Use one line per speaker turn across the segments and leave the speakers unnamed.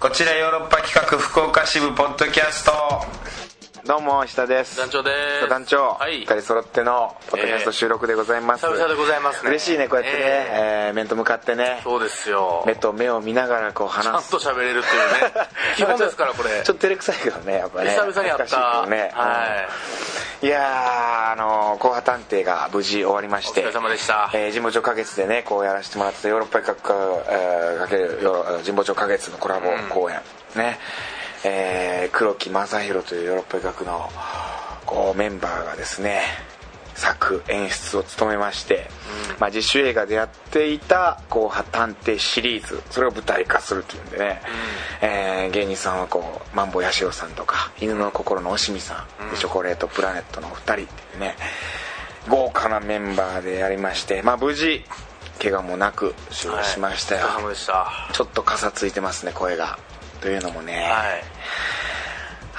こちらヨーロッパ企画福岡支部ポッドキャストどうも下です
団長です
団長、
はい
2人揃ってのポッドキャスト収録でございます、
えー久々でございますね
嬉しいねこうやってね、
え
えー面と向かってね
そうですよ
目と目を見ながらこう
ちゃん
話す
と喋れるって いうね基本ですからこれ
ちょっと照れくさいけどねやっぱね
久々にやった
恥ずかしいけどね、、
はい
やーあのー後派探偵が無事終わりま
いお
し
疲
て
れ様でした
えー神保町花月でねこうやらせてもらってたヨーロッパ企画、えーかけるよ神保町花月のコラボ公演、ね、えー黒木正弘というヨーロッパ企画のこうメンバーがですね作演出を務めまして、まあ、自主映画でやっていた「後派探偵」シリーズそれを舞台化するというんでね、えー芸人さんはこうマンボウ八代さんとか犬の心のおしみさん、でチョコレートプラネットのお二人っていうね豪華なメンバーでやりまして、まあ、無事怪我もなく終了しましたよ、
はいお疲れ様でしたは
ちょっとかさついてますね声がというのもね、
い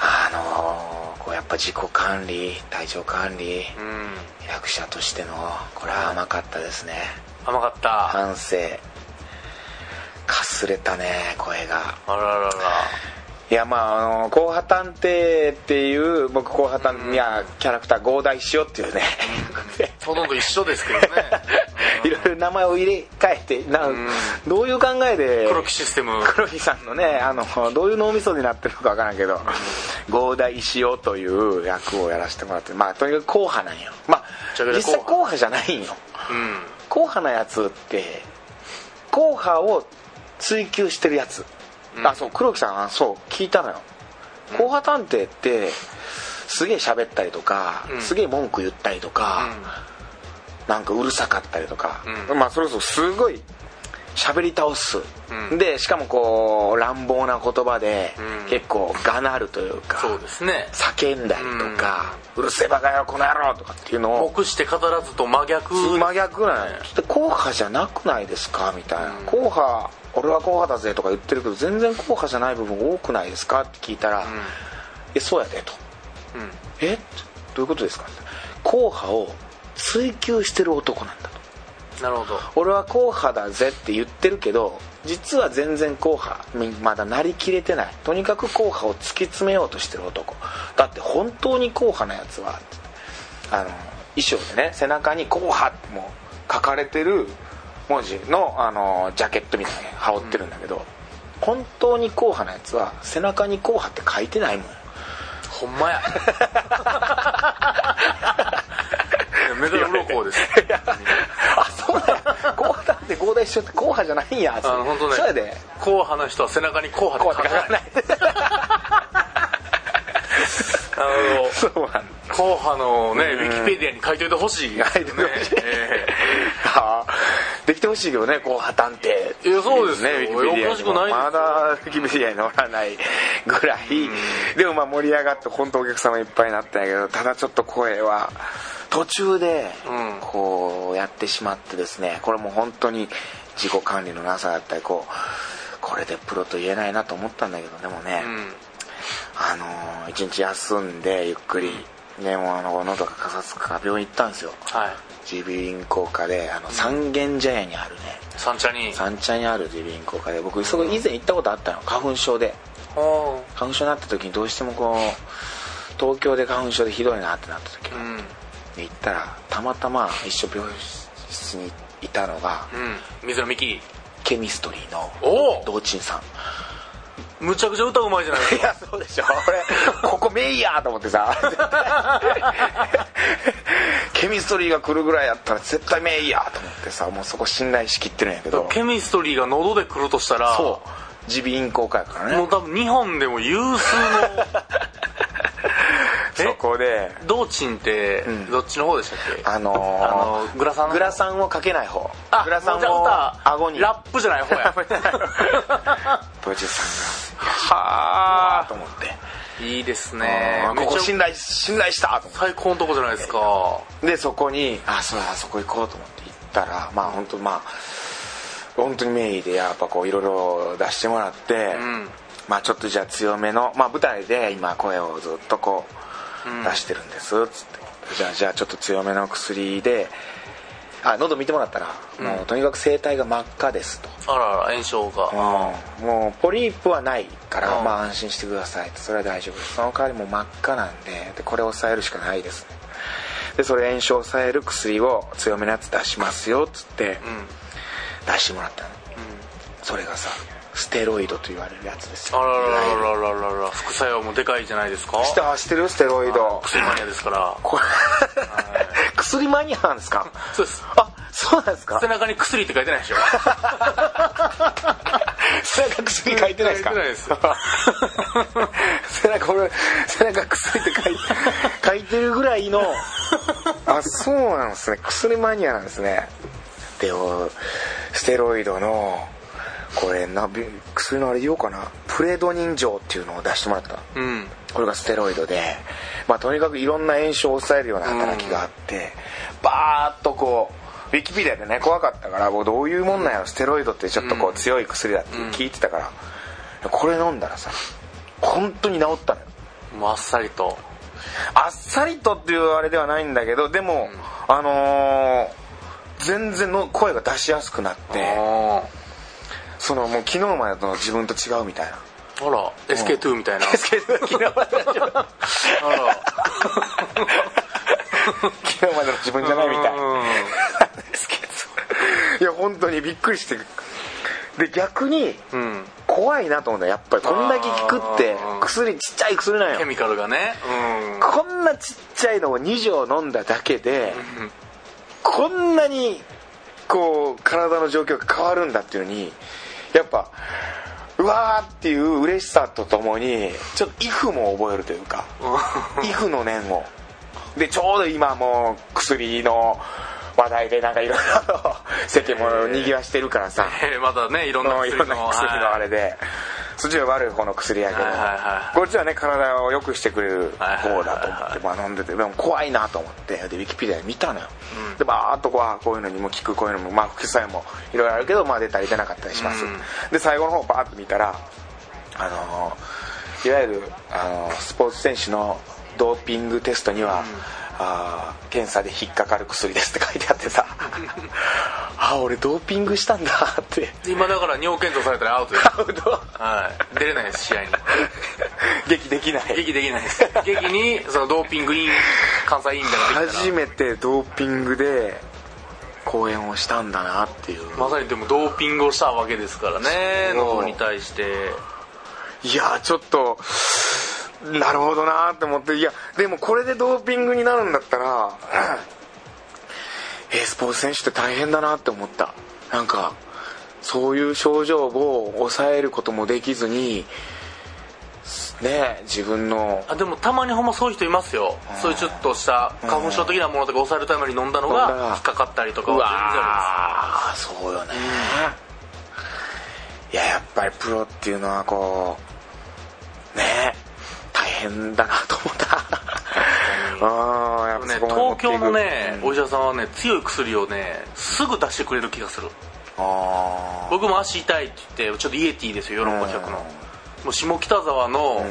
あのーこうやっぱ自己管理体調管理、
うん
役者としてのこれは甘かったですね
甘かったあ
反省かすれたね声が
ららら
いやまああの「後派探偵」っていう僕後派探偵いやキャラクター合大しようっていうね
ほとんど一緒ですけどね
いろいろ名前を入れ替えてなどういう考えで
黒木システム
黒木さんのねあのどういう脳みそになってるのかわからんけど合大石尾という役をやらせてもらってまあとにかく硬派なんよまあ
ちょっと
実際
硬
硬派じゃないんよ
うん
硬派なやつって硬派を追求してるやつ、あそう黒木さんあそう聞いたのよ硬派探偵ってすげえ喋ったりとか、
うん
すげえ文句言ったりとか、なんかうるさかったりとか、
うん
まあそれこそすごい喋り倒す、
うん
でしかもこう乱暴な言葉で
うん
結構がなるというか、
そうですね
叫んだりとか、うるせえバカ野郎この野郎とかっていうのを
目して語らずと真逆
真逆なんやちょっと硬派じゃなくないですかみたいな
うん
硬派俺は硬派だぜとか言ってるけど全然硬派じゃない部分多くないですかって聞いたら
うん
「えそうやで」と
うん
「えどういうことですか?」硬派を追求してる男なんだと
なるほど
俺は硬派だぜって言ってるけど実は全然硬派にまだなりきれてないとにかく硬派を突き詰めようとしてる男だって本当に硬派なやつはあの衣装でね背中に「硬派」ってもう書かれてる文字のあのジャケットみたいなのね羽織ってるんだけど、本当に硬派なやつは背中に「硬派」って書いて ないもん
ほんま やいやメダル鱗です
あそうだよ 硬派だって合大師匠って硬派じゃないんや
あの本当ね
そうやで
硬派の人は背中に硬派って書かないあ の
そうなんだ
硬派のね、ウィキペディアに書いといてほしい、ね、
書いてほしい
え
はあできてほしいけどね後破探偵
いやそうですよ
ねウィキペディアにも
おかしくないですよ
まだウィキペディアに載らないぐらいでもまあ盛り上がって本当お客様いっぱいになったんやけどただちょっと声は途中で
うん
こうやってしまってですねこれもう本当に自己管理のなさだったりこうこれでプロと言えないなと思ったんだけどでもね、
えうん
あのー一日休んでゆっくりねもうあの喉がかさつくから病院行ったんですよ
はい
耳鼻咽喉科であの三軒茶屋にあるね
三茶に
三茶にある耳鼻咽喉科で僕そこ以前行ったことあったの花粉症で
おー
花粉症になった時にどうしてもこう東京で花粉症でひどいなってなった時
う
に
ん
行ったらたまたま一緒病室にいたのが
うん水野美紀
ケミストリーの
おお
道珍さん
むちゃくちゃ歌うまいじゃないです
いやそうでしょ俺ここメイヤーと思ってさ絶対 ケミストリーが来るぐらいやったら絶対メイヤーと思ってさもうそこ信頼しきってるんやけど
かケミストリーが喉で来るとしたら
そう耳鼻咽喉科やから
も
ね
う多分日本でも有数
そこで
の道珍って
ん
どっちの方でしたっけ、
あのー
あのグラサン
グラサンをかけない方
あ
グラサン
もうじゃ
を
あ歌
顎に
ラップじゃない方や
ブジさんが
は
あーと思って
いいですね
あー
め
こ
っち
こ
ゃ
信頼信頼したと思っ
最高のとこじゃないですか
てでそこにあそうだあそこ行こうと思って行ったらまあ本当まあ本当に名医でやっぱこういろいろ出してもらって、
ん
まあちょっとじゃあ強めの、まあ、舞台で今声をずっとこう出してるんですつって、じゃあじゃあちょっと強めの薬であ喉見てもらったら、もうとにかく声帯が真っ赤ですと、
あらあら炎症が
もうポリープはないから、
うん
まあ、安心してくださいとそれは大丈夫ですその代わりもう真っ赤なんででこれを抑えるしかないですねでそれ炎症を抑える薬を強めのやつ出しますよっつって
うんうん
出してもらったのそれがさステロイドと言われるやつです
あ
よ
ららららららら副作用もでかいじゃないですか
知って知ってるステロイド
薬マニアですから
これ 薬マニアなんですか
そうです
あそうなん ですか
背中に薬って書いてないでしょ
背中薬書いてないですか
書いてないです
背中俺背中薬って 書いて書いてるぐらいの あそうなんですね薬マニアなんですねでおステロイドのこれなび薬のあれ言おうかなプレドニン錠っていうのを出してもらった
うん
これがステロイドで、まあ、とにかくいろんな炎症を抑えるような働きがあって、バーッとこうウィキペディアでね怖かったからもうどういうもんなんやろステロイドってちょっとこう強い薬だって聞いてたから、これ飲んだらさ本当に治ったのよ
もうあっさりと
あっさりとっていうあれではないんだけどでも、あのー全然の声が出しやすくなって
あ
そのもう昨日までとの自分と違うみたいな
ーあら SK2 みたいな
昨日までの自分
あら
昨日までの自分じゃないみたい
うん
ですけどいや本当にびっくりしてで逆に
うん
怖いなと思ったやっぱりこんだけ効くって
あー
薬ちっちゃい薬なん
ケ
よ
ミカルがねうん
こんなちっちゃいのを2錠飲んだだけでこんなにこう体の状況が変わるんだっていうのにやっぱうわーっていう嬉しさとともにちょっと「イフ」も覚えるというか「イフ」の念をでちょうど今もう薬の話題でなんかいろいろ世間もにぎわしてるからさ
えーまだねいろんな
のい
薬
ろ
の
んな薬のあれでそっちは悪い方の薬やけど
はいはいはい
こっちはね体を良くしてくれる方だと思
はいはいはいは
っ
い
てまあ飲んでてでも怖いなと思ってでウィキペディアで見たのよでバーっとこうあこういうのにも効くこういうのもまあ副作用もいろいろあるけどまあ出たり出なかったりします
うん
で最後の方バーっと見たらあのーいわゆるあのースポーツ選手のドーピングテストには、あー検査で引っかかる薬ですって書いてあって さあ俺ドーピングしたんだ って
今だから尿検討されたらアウトですはい出れないです試合に
劇できない
劇できないです劇にそのドーピングイン関西インみたいなのができた
初めてドーピングで公演をしたんだなっていう
らまさにでもドーピングをしたわけですからね
そう
喉に対して
いやーちょっとなるほどなーって思っていやでもこれでドーピングになるんだったら うんえースポーツ選手って大変だなって思ったなんかそういう症状を抑えることもできずにね自分の
あでもたまにほんまそういう人いますよそういうちょっとした花粉症的なものとか抑えるために飲んだの
飲んだ
が引っかかったりとか
う
は
わーそうよね、いややっぱりプロっていうのはこうね大変だなと思ったあやっ
全
ぱ
然あ
そ
るんです
こまで
よ
持っていく
ね東京のね
うん
お医者さんはね強い薬をねすぐ出してくれる気がする
あー
僕も足痛いって言ってちょっとイエティですよヨーロッパ100の
うん
もう下北沢の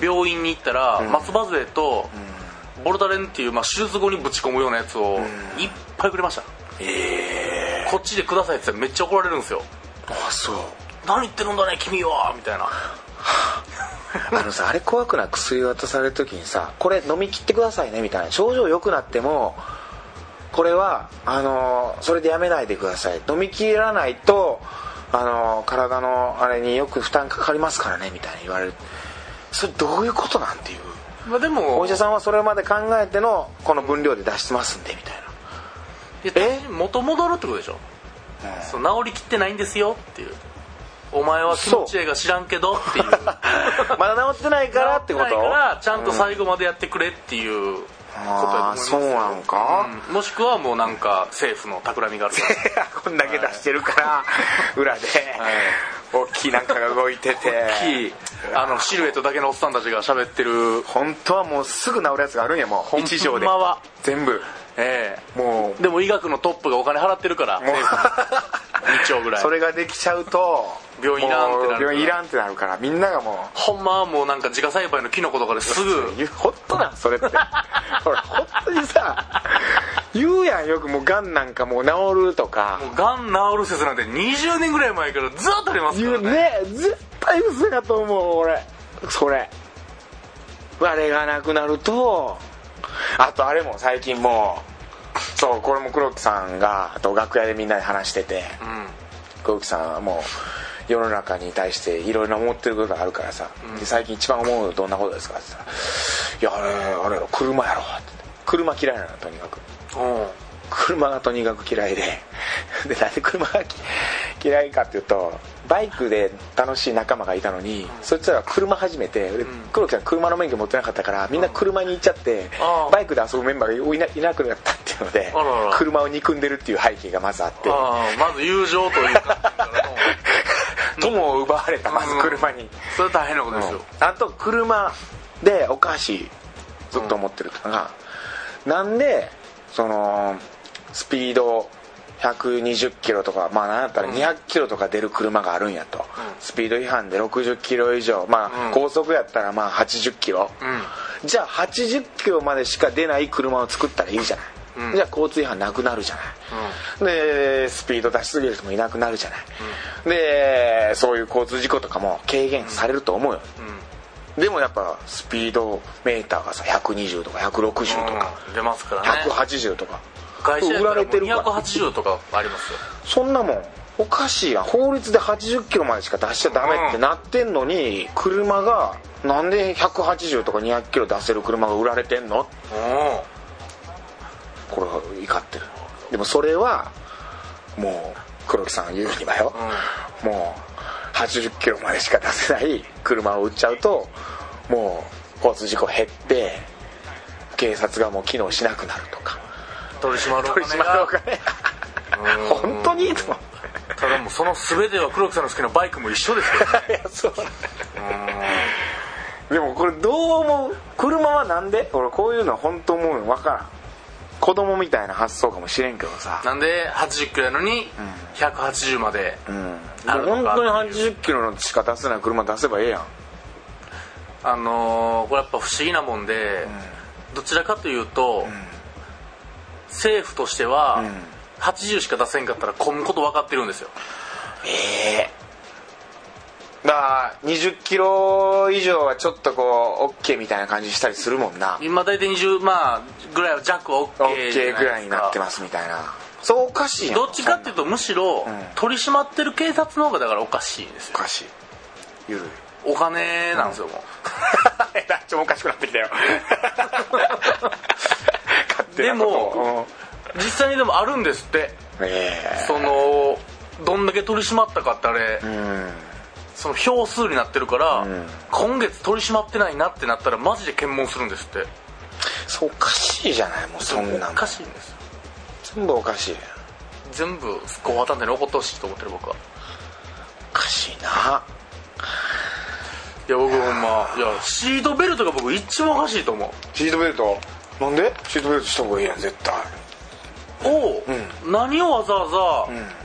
病院に行ったら松葉杖とボルタレンっていう、まあ、手術後にぶち込むようなやつをいっぱいくれました
ええ
こっちでくださいって言ったらめっちゃ怒られるんですよ
あそう
何言ってるんだね君はみたいな
あのさあれ怖くない薬渡される時にさこれ飲み切ってくださいねみたいな症状良くなってもこれはあのーそれでやめないでください飲み切らないと、あのー体のあれによく負担かかりますからねみたいに言われるそれどういうことなんていう
まあでも
お医者さんはそれまで考えてのこの分量で出してますんでみたい
え元戻るってことでしょ、そう治りきってないんですよっていうお前は気持ちええが知らん けどっていう
なまだ治ってないからってこと
治ないからちゃんと最後までやってくれっていうことやと思い
あ
ま
ー
す
そ
よ
うなんか、
うんもしくはもうなんか政府の企みがあるか
いや こんだけ出してるから、裏で、 大きいなんかが動いてて
ら大きいあのシルエットだけのおっさんたちが喋ってる
本当はもうすぐ治るやつがあるんやもう一錠で
ほんまは
全部
え
も
えでも医学のトップがお金払ってるから
うもう
政府 に2兆ぐらい
それができちゃうと
病院いらんって
も
なる
う病院いらんってなるからみんながも
ほんまはもうなんか自家栽培のキノコとかです ぐ
うほっとなんそれってほらほんとにさ言うやんよくもうがんなんかもう治るとか
もうがん治る説なんて20年ぐらい前からずっとありますか
言
ら
う
ね
ね絶対嘘だと思う俺それあれがなくなるとあとあれも最近もうそうこれも黒木さんがあと楽屋でみんなで話してて
うんうん
黒木さんはもう世の中に対していろいろ思ってることがあるからさ、で最近一番思うのどんなことですか?」って言ったら「いやあれあれやろ車やろ」って言って車嫌いなのとにかく
おう
車がとにかく嫌いで でなんで車がき嫌いかっていうとバイクで楽しい仲間がいたのに、そいつらが車始めて、で黒木さん車の免許持ってなかったからみんな車に行っちゃって、
ああ
バイクで遊ぶメンバーがいないなくなったっていうので
あらら
車を憎んでるっていう背景がまずあって
ああまず友情というか
友を奪われた まず車に、
それは大変なことですよ、
あと車でおかしいずっと思ってるのが、なんでそのスピード120キロとかまあなんやったら200キロとか出る車があるんやと、スピード違反で60キロ以上まあ、
うん
高速やったらまあ80キロ、じゃあ80キロまでしか出ない車を作ったらいいじゃない、
うん
じゃあ交通違反なくなるじゃない、でスピード出しすぎる人もいなくなるじゃない、でそういう交通事故とかも軽減されると思うよ、でもやっぱスピードメーターがさ120とか160とか、
うん出ますからね
180とか
会社やった
売ら
らもう
れてるから
280とかありますよ
そんなもんおかしいやん法律で80キロまでしか出しちゃダメってなってんのに、車がなんで180とか200キロ出せる車が売られてんの
おう
これは怒ってるでもそれはもう黒木さん言うにはよ、もう80キロまでしか出せない車を売っちゃうともう交通事故減って警察がもう機能しなくなるとか
取り締まるお
取り
金
締まる
が
お金が 本当にいいと思
ただもうその全ては黒木さんの好きなバイクも一緒ですけ どね
ういやそうでもこれどう思う車はなんで俺こういうのは本当思うの分からん子供みたいな発想かもしれんけどさ
なんで80キロやのに180まで、あるの
本
か
当に80キロのしか出せない車出せばええやん
あのーこれやっぱ不思議なもんで、どちらかというと、政府としては、80しか出せんかったら混むこと分かってるんですよ
ええだから20キロ以上はちょっとこう OK みたいな感じしたりするもんな
今大体20まあぐらいは弱は OK じゃ
OK
な
ぐらい
い
に
で
なって
すか
ますみたいなそうおかしいやん
どっちかっていうとむしろ取り締まってる警察の方がだからおかしいんです
お
よ
かしいゆ るい
お金なんですよもう
えらいちょっとおかしくなってき たよ勝手
で
なことを
も実際にでもあるんですって
うんえ
そのどんだけ取り締まったかってあれ
えうん
その票数になってるから今月取り締まってないなってなったらマジで検問するんですって
そうおかしいじゃないもうそんな
お
ん
かしいんですよ
全部おかしい
全部こう当たんで残ってほしいと思ってる僕は
おかしいない
や僕ほんま いやシートベルトが僕一番おかしいと思う
シートベルトなんでシートベルトした方がいいやん絶対
を、何をわざわざ、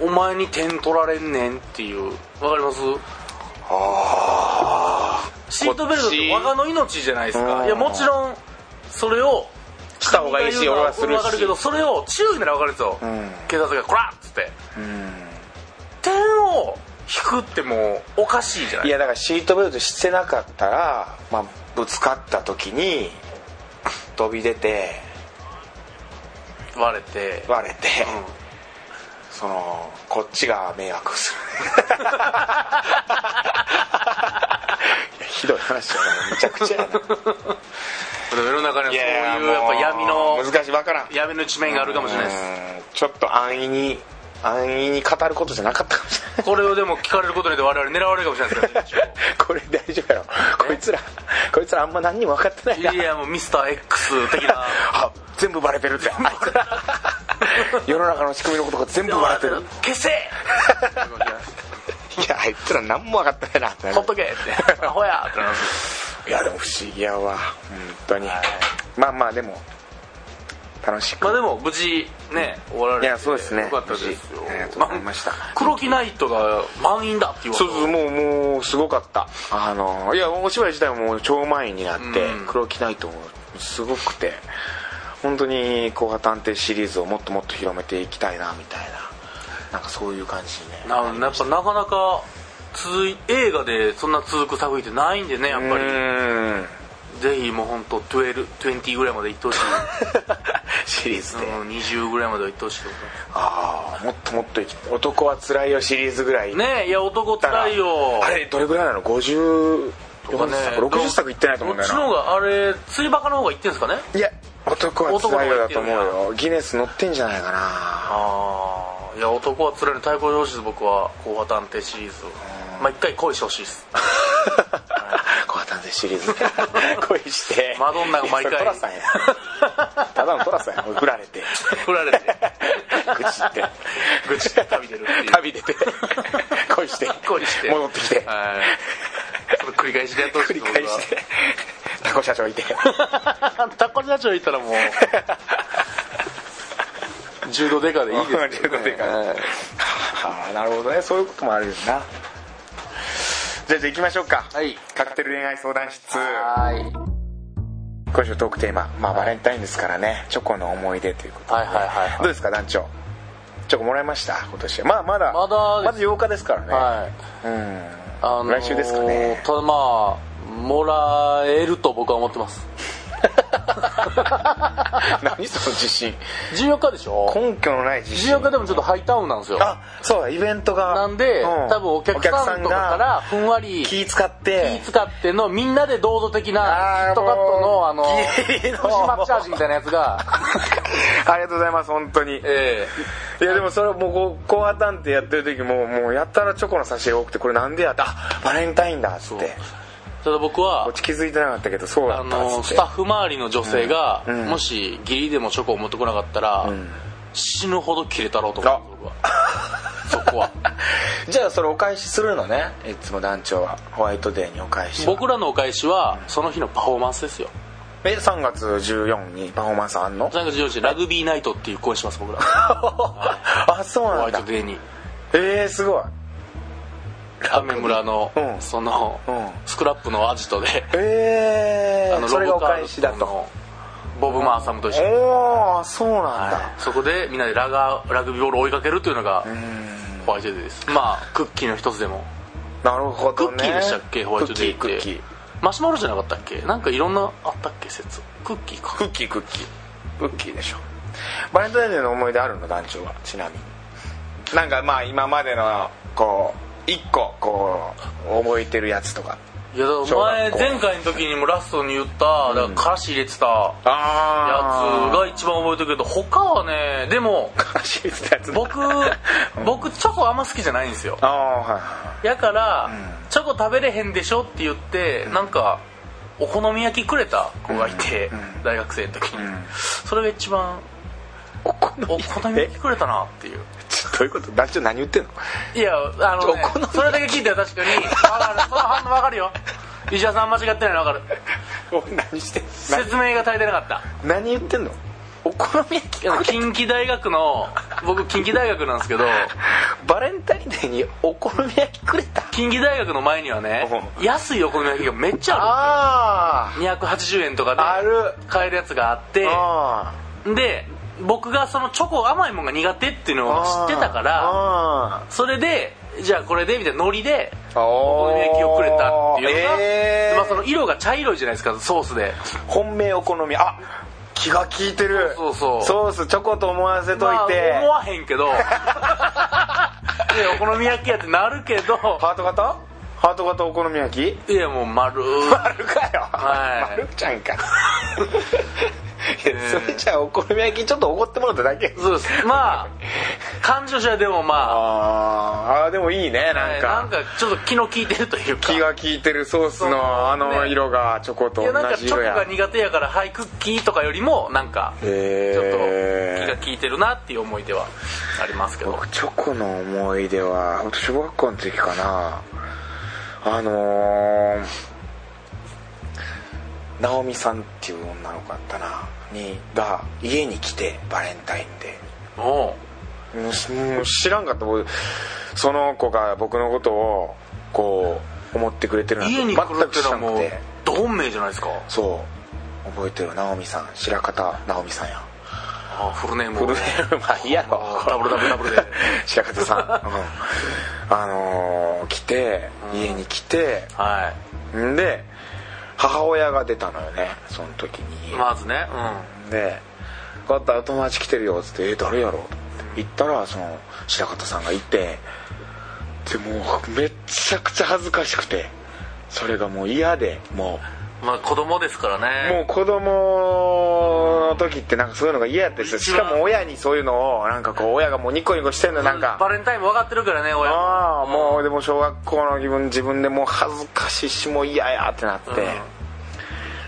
お前に点取られんねんっていうわかりますシートベルトって我がの命じゃないです
う
か
ん
いやもちろんそれを
した方がいいし
国
俺
が
はす
言う
る
の
し
わかるけどそれを注意ならわかるんですよ、
ん
警察が「こら!」っつって、点を引くってもうおかしいじゃない
いやだからシートベルトしてなかったら、まあ、ぶつかった時に飛び出て
割れて
割れて、そのこっちが迷惑するいやひどい話だなめちゃくちゃやな
世の中にはそういうや
も
っぱ闇の
難しいわからん
闇の一面があるかもしれないです
うんちょっと安易に安易に語ることじゃなかったかもしれない
これをでも聞かれることによって我々狙われるかもしれないですから
これ大丈夫やろこいつらこいつらあんま何にも分かってないない
やもうミスター X 的 な
あ全部バレてる ってあいつら世の中の仕組みのことが全部バ レてる
消せ
いやあいつら何も分かってないなってなる
ほっとけってアホやってなる
いやでも不思議やわ本当にまあまあでも楽しく
まあでも無事ね終わられ
い
て
やそうですね
よかったですよ
無事ありがとうございました
あ黒木ナイトが満員だって言われ
そ
た
うそうもうもうすごかったあのいやお芝居自体ももう超満員になって、
うん
黒木ナイトもすごくて本当に後破探偵シリーズをもっともっと広めていきたいなみたいななんかそういう感じにね
なやっぱなかなか続い映画でそんな続く作品ってないんでねやっぱ
う
り
ーん
ぜひもう本当12 20ぐらいまでいってほし い、
シリーズで、
うん、20ぐらいまではいってほしいと思
ああもっともっといき男は辛いよシリーズぐらいう
ねえいや男つらいよ
あれどれぐらいなの50
とかね
作60作いってないと思うんだよ
こっちの
な
方があれ釣りバカの方がいってんですかね
いや男は辛いよだと思う
男の方が
よギネス乗ってんじゃないかな
ああいや男はつらいの対抗してほしいです僕は「後破探偵」シリーズをまあ一回恋してほし いです
小型でシリーズ恋して
マドンナが毎回
いやそれトラさんやただのトラさんや振られて
振られて
愚痴って
愚痴って旅出るっ ていう
旅 出て恋して
恋して
戻ってきて
はいそれ繰り返しでやってほし
繰
い
り
です
返してタコ社長いて
僕は タコ社長い たらもう柔道デカでいいです
ということでああなるほどねそういうこともあるよなじゃあじゃあ行きましょうか
はい
カクテル恋愛相談室
はい
今週のトークテーマまあバレンタインですからねチョコの思い出ということで
はいはいはいはい
どうですか団長チョコもらいました今年まあまだ
まだ
まず8日ですからね、
はい
うん
あのー
来週ですかね
ただまあもらえると僕は思ってます
何その自信
14日でしょ
根拠のない自信
14日でもちょっとハイタウンなんですよ
あそうだイベントが
なんで、
う
多分お客さんとかから
お
ふんわり
客さん
気
が気使って
使ってのみんなで堂々的な
あー
ヒットカット
もう
のあの
いいの
腰マッチャージみたいなやつが
ありがとうございます本当に
え
いやでもそれはもうこうこうあたんってやってる時ももうやったらチョコの差し入れ多くてこれなんでやったあバレンタインだっつっ
え
て
ただ僕は
こっち気づいてなかったけどそうだ
あ
ったっつ
の
って
スタッフ周りの女性が、
ん
もし義理でもチョコを持ってこなかったら、死ぬほどキレたろうと思う僕はそこは
じゃあそれお返しするのねいつも団長はホワイトデーにお返し
僕らのお返しはその日のパフォーマンスですよ
え3月14にパフォーマンスあんの
3月14日ラグビーナイトっていう公演します僕ら
あそう
ホ
な
ワ
ん
イト
だ
デーに
えー、すごい
雨村の、
うん
その、
うん
スクラップのアジトで
え
あ
ー、
の
それがお
ロボカー
返
ル
しだ
ト
と
のボブ・マーサムと一緒に、
おおそうなんだ、
はいそこでみんなでラガーラグビーボールを追いかけるというのがホワイトデーですまあクッキーの一つでも
なるほ
ク
どね
ッキーでしたっけホワイトデーって
クッキークッキー
マシュマロじゃなかったっけなんかいろんなあったっけ説クッキー
ク
か
ッキークッキークッキーでしょバレンタインデーの思い出あるの団長はちなみになんかまあ今までのこう一個こう覚えてるやつとか
いやだから前
小学校
前回の時にもラストに言っただからからし入れてたやつ
あ
が一番覚えてるけど他はねでも
つが悲しいってやつだ
僕僕チョコあんま好きじゃないんですよ
ああはいは
やから、チョコ食べれへんでしょって言って、なんかお好み焼きくれた子がいて、大学生の時に、それが一番
いお好
お好み焼きくれたなっていう
ちょどういうこと団長何言ってんの
いやあの、ね
お好み焼、き
それだけ聞いたら確かに分かるその反応分かるよ石田さん間違ってないの分かる
お何してんの
説明が足りてなかった
な何言ってんのお好み焼き
いや近畿大学の僕近畿大学なんですけど
バレンタインデーにお好み焼きくれた
近畿大学の前にはね安いお好み焼きがめっちゃあ
あ
る280円とかで
ある
買えるやつがあって
あ
で僕がそのチョコ甘いもんが苦手っていうのを知ってたから
ら
それでじゃあこれでみたいなノリでお
お
好み焼きをくれたっていうのが、
えー
まあ、その色が茶色いじゃないですかソースで
本命お好みあ気が利いてる
そうそう
ソースチョコと思わせとい
まあ
て、
思わへんけど でお好み焼きやってなるけど
ハート型ハート型お好み焼き
いやもう丸
丸かよ、
はい
丸ちゃんか いやそれじゃあお好み焼きちょっとおごってもらっただけ
そうですまあ感情者でもまあ
あーあーでもいいねなんか
なんかちょっと気の利いてるというか
気が利いてるソース
そう
のあの
ね
色がチョコと
い
同
やなんか
じ
チ
色
ョコ
や
が苦手やからハイクッキーとかよりもなんかちょっ
へー
と気が利いてるなっていう思い出はありますけど
僕チョコの思い出はほんと小学校の時かなあのー、直美さんっていう女の子だったなにが家に来てバレンタインデ
おう
ーにもうしもう知らんかった僕その子が僕のことをこう思ってくれてるなんて
家
全
に来るっ
く
て
知
の
ら
は
んく
もう
て
ど本命じゃないですか
そう覚えてる直美さん白方直美さ んや
あフルネーム
フ
を
ルネームま あいいやろ
ダブルダブルダブルで
白方さん、うんあのー来て
うん
家に来て、
は
ん、で母親が出たのよねその時
い
に、
まずね
で「よかった友達来てるよ」っつって「え誰やろ?」行ったらその白方さんがいてでもうめっちゃくちゃ恥ずかしくてそれがもう嫌でも
うんまあ子供ですから
う
ね
もう子供の時ってなんかそういうのが嫌やってししかも親にそういうのをなんかこう親がもうニコニコしてるのなんか
バレンタインも分かってるからね親
ああもうでも小学校の自分自分でもう恥ずかしいしもう嫌やってなって、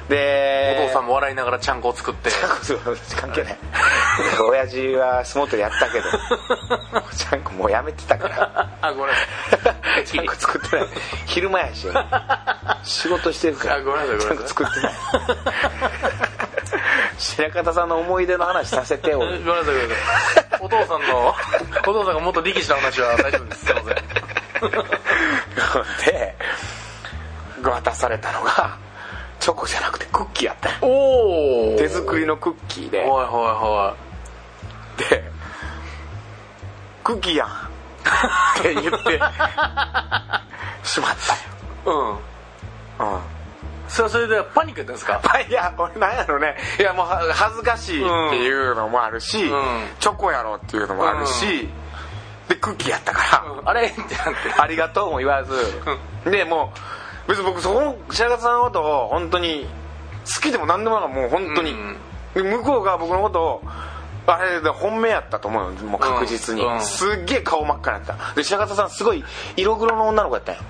で
お父さんも笑いながらちゃんこを作っ て
ちゃんこする話関係ない親父は相撲取りやったけどもうちゃんこもうやめてたから
あごめんなさい
ちゃんこ作ってない昼間やし仕事してるか
あ
ら
ごめんなさ
ちゃん
いごめんな
こ
さい
作ってない白方さんの思い出の話させて
ご
よ
めんなさいごめんなさいお父さんのお父さんがもっと力士の話は大丈夫ですすいません
で渡されたのがチョコじゃなくてクッキーやったよ
おお
手作りのクッキーで
はいはいは
でクッキーやん」って言ってしまっ
いうん
たよ、うん
それはそれでパニックやったんですか
まあいや俺なんやろねいやもうは恥ずかしいっていうのもあるし、
ん
チョコやろっていうのもあるし、でクッキーやったから、
あれってなって
ありがとうも言わず、でもう別に僕そこの白方さんのことを本当に好きでも何でもないもう本当に、
うん
で向こうが僕のことをあれで本命やったと思うよもう確実に、
うんうん
すっげえ顔真っ赤になったで白方さんすごい色黒の女の子やったんよ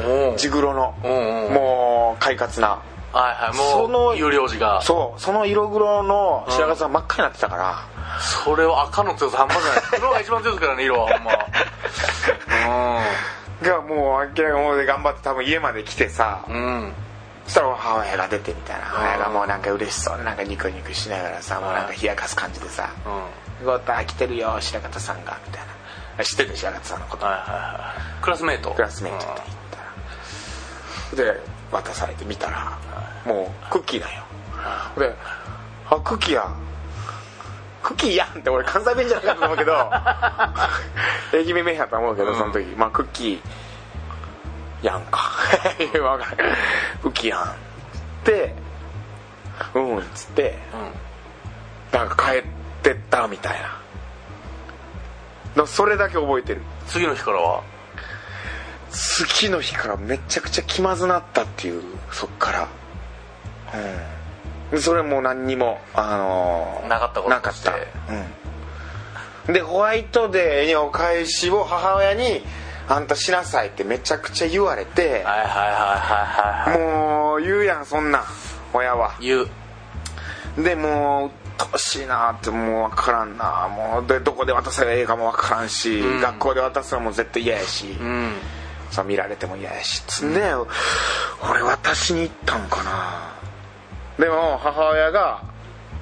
お
地黒の、
うんうん
もう快活な
はいはいもう
その
有料児がそ
そうその色黒の白髪さん真っ赤になってたから、
れは赤の強さ半端じゃない黒が一番強いですからね色はほん ま
がもう明らかにもうで頑張って多分家まで来てさ、
うんうん
そしたら母親が出てみたいな母親が
うん
もうなんか嬉しそうになんかニコニコしながらさ、もうなんか冷やかす感じでさ
う
「
ん
ゴータ来てるよ白方さんが」みたいな知ってて白方さんのこと
はいはいはいクラスメート
クラスメイトって言ったらで渡されて見たらもうクッキーだよで「あクッキーやクッキーやん」って俺関西弁じゃなかったと思うけ ど愛媛弁やと思うけどその時、まあクッキーやんか わかんないクッキーやんってうんっつって
うんうん
なんか帰ってったみたいなのそれだけ覚えてる
次の日からは
月の日からめちゃくちゃ気まずなったっていうそっからうんそれも何にもあのー
なかったこと
な
と
か
し
ってたうんでホワイトデーにお返しを母親に「あんたしなさい」ってめちゃくちゃ言われて
はいはいはいはいはいはい
もう言うやんそんなん親は
言う
でもう鬱陶しいなってもう分からんなもうでどこで渡せばいいかも分からんし、
うん
学校で渡すのも絶対嫌やし、
うん
さ見られても嫌やしつんで俺私に行ったんかなでも母親が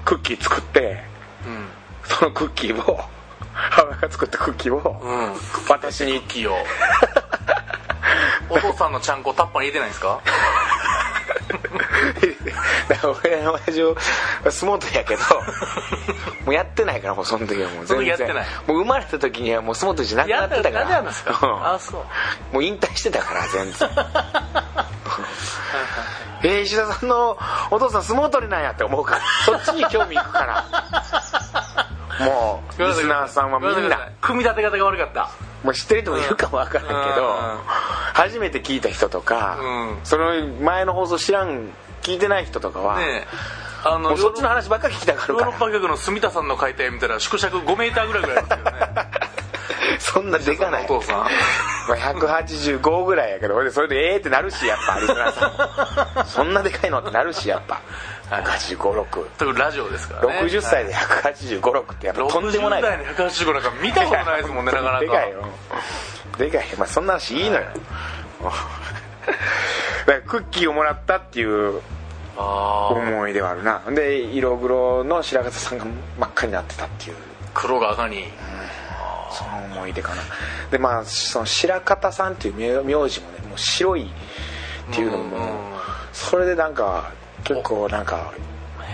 クッキー作って
うん
そのクッキーを 母親が作ったクッキーを
うん
私に
器用お父さんのちゃんこタッパーに入れてないんですか
だから俺の親父を相撲取りやけ どもうやってないからもうその時はもう
その
全
時
然
やってない
もう生まれた時にはもう相撲取りじゃなくなってたから
いやなんでなんでなんですか
う
あそうん
もう引退してたから全然 えー石田さんのお父さん相撲取りなんやって思う からそっちに興味いくからもうリスナーさんはみ
ごめ
ん
なさ
ない
組み立て方が悪かった
もう知ってる人もいるかもわからんけど、
うん
初めて聞いた人とか、
うん
その前の放送知らん聞いてない人とかは、
ねえあ
も
の
うそっちの話ばっかり聞きたがる
ヨー
か
ロッパ
ら
局の住田さんの解体見たら縮尺5メーターぐらいぐらいなんですけどね
そんなでかない
お父さん
まあ185ぐらいやけど俺それでええってなるしやっぱリスナーさんも そんなでかいのってなるしやっぱ185660
特にラジオですからね
歳で1856ってやっぱとんでもない
60代の185なんか見たことないですもんねなかなか
でかいよでかいまあそんな話いいのよ だからクッキーをもらったっていう
あー
思い出はあるなで色黒の白方さんが真っ赤になってたっていう
黒が赤に
その思い出かなでまあその白方さんっていう名名字もねもう白いっていうのも
うん
それでなんか結構なんか